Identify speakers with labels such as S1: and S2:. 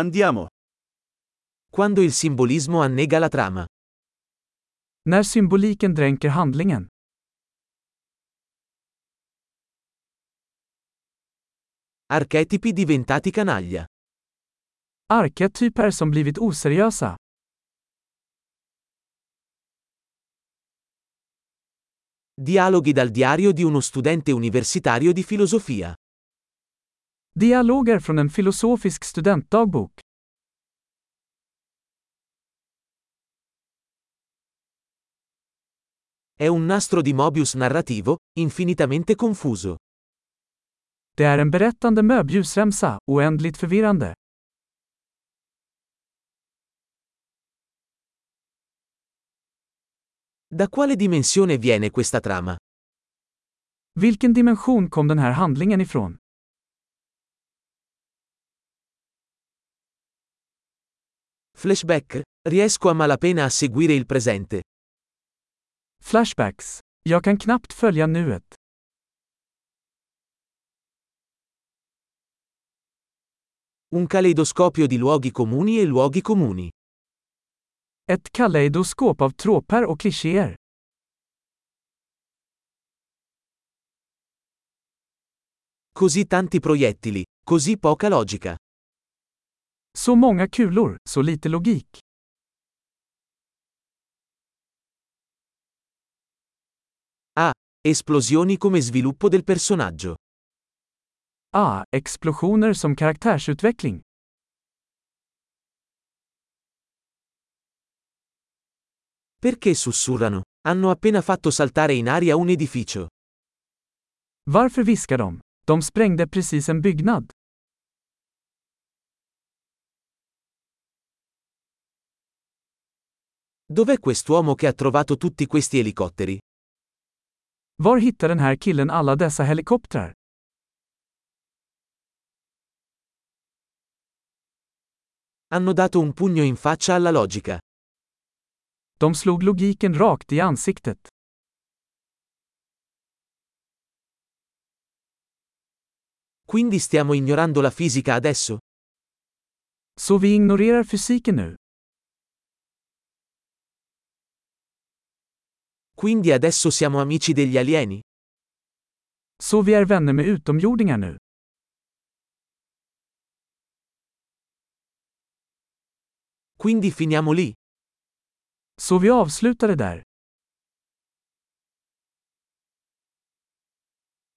S1: Andiamo. Quando il simbolismo annega la trama.
S2: När symboliken dränker handlingen.
S1: Archetipi diventati canaglia.
S2: Arketyper som blivit oseriösa.
S1: Dialoghi dal diario di uno studente universitario di filosofia.
S2: Dialoger från en filosofisk studentdagbok.
S1: È un nastro di Mobius narrativo, infinitamente confuso.
S2: Det är en berättande möbiusremsa, oändligt förvirrande.
S1: Da quale dimensione viene questa trama?
S2: Vilken dimension kom den här handlingen ifrån?
S1: Flashback, riesco a malapena a seguire il presente.
S2: Flashbacks. Jag kan knappt följa nuet.
S1: Un caleidoscopio di luoghi comuni e luoghi comuni.
S2: Ett kaleidoskop av tråper och klichéer.
S1: Così tanti proiettili, così poca logica.
S2: Så många kulor, så lite logik.
S1: Esplosioni come sviluppo del personaggio.
S2: Ah, explosioner som karaktärsutveckling.
S1: Perché sussurrano? Hanno appena fatto saltare in aria un edificio.
S2: Varför viskar de? De sprängde precis en byggnad.
S1: Dov'è quest'uomo che ha trovato tutti questi elicotteri?
S2: Var hittar den här killen alla dessa helikoptrar?
S1: Hanno dato un pugno in faccia alla logica.
S2: De slog logiken rakt i ansiktet.
S1: Quindi stiamo ignorando la fisica adesso?
S2: Så vi ignorerar fysiken nu.
S1: Quindi adesso siamo amici degli alieni?
S2: Så vi är vänner med utomjordingar nu.
S1: Quindi finiamo lì?
S2: Så vi avslutar det där.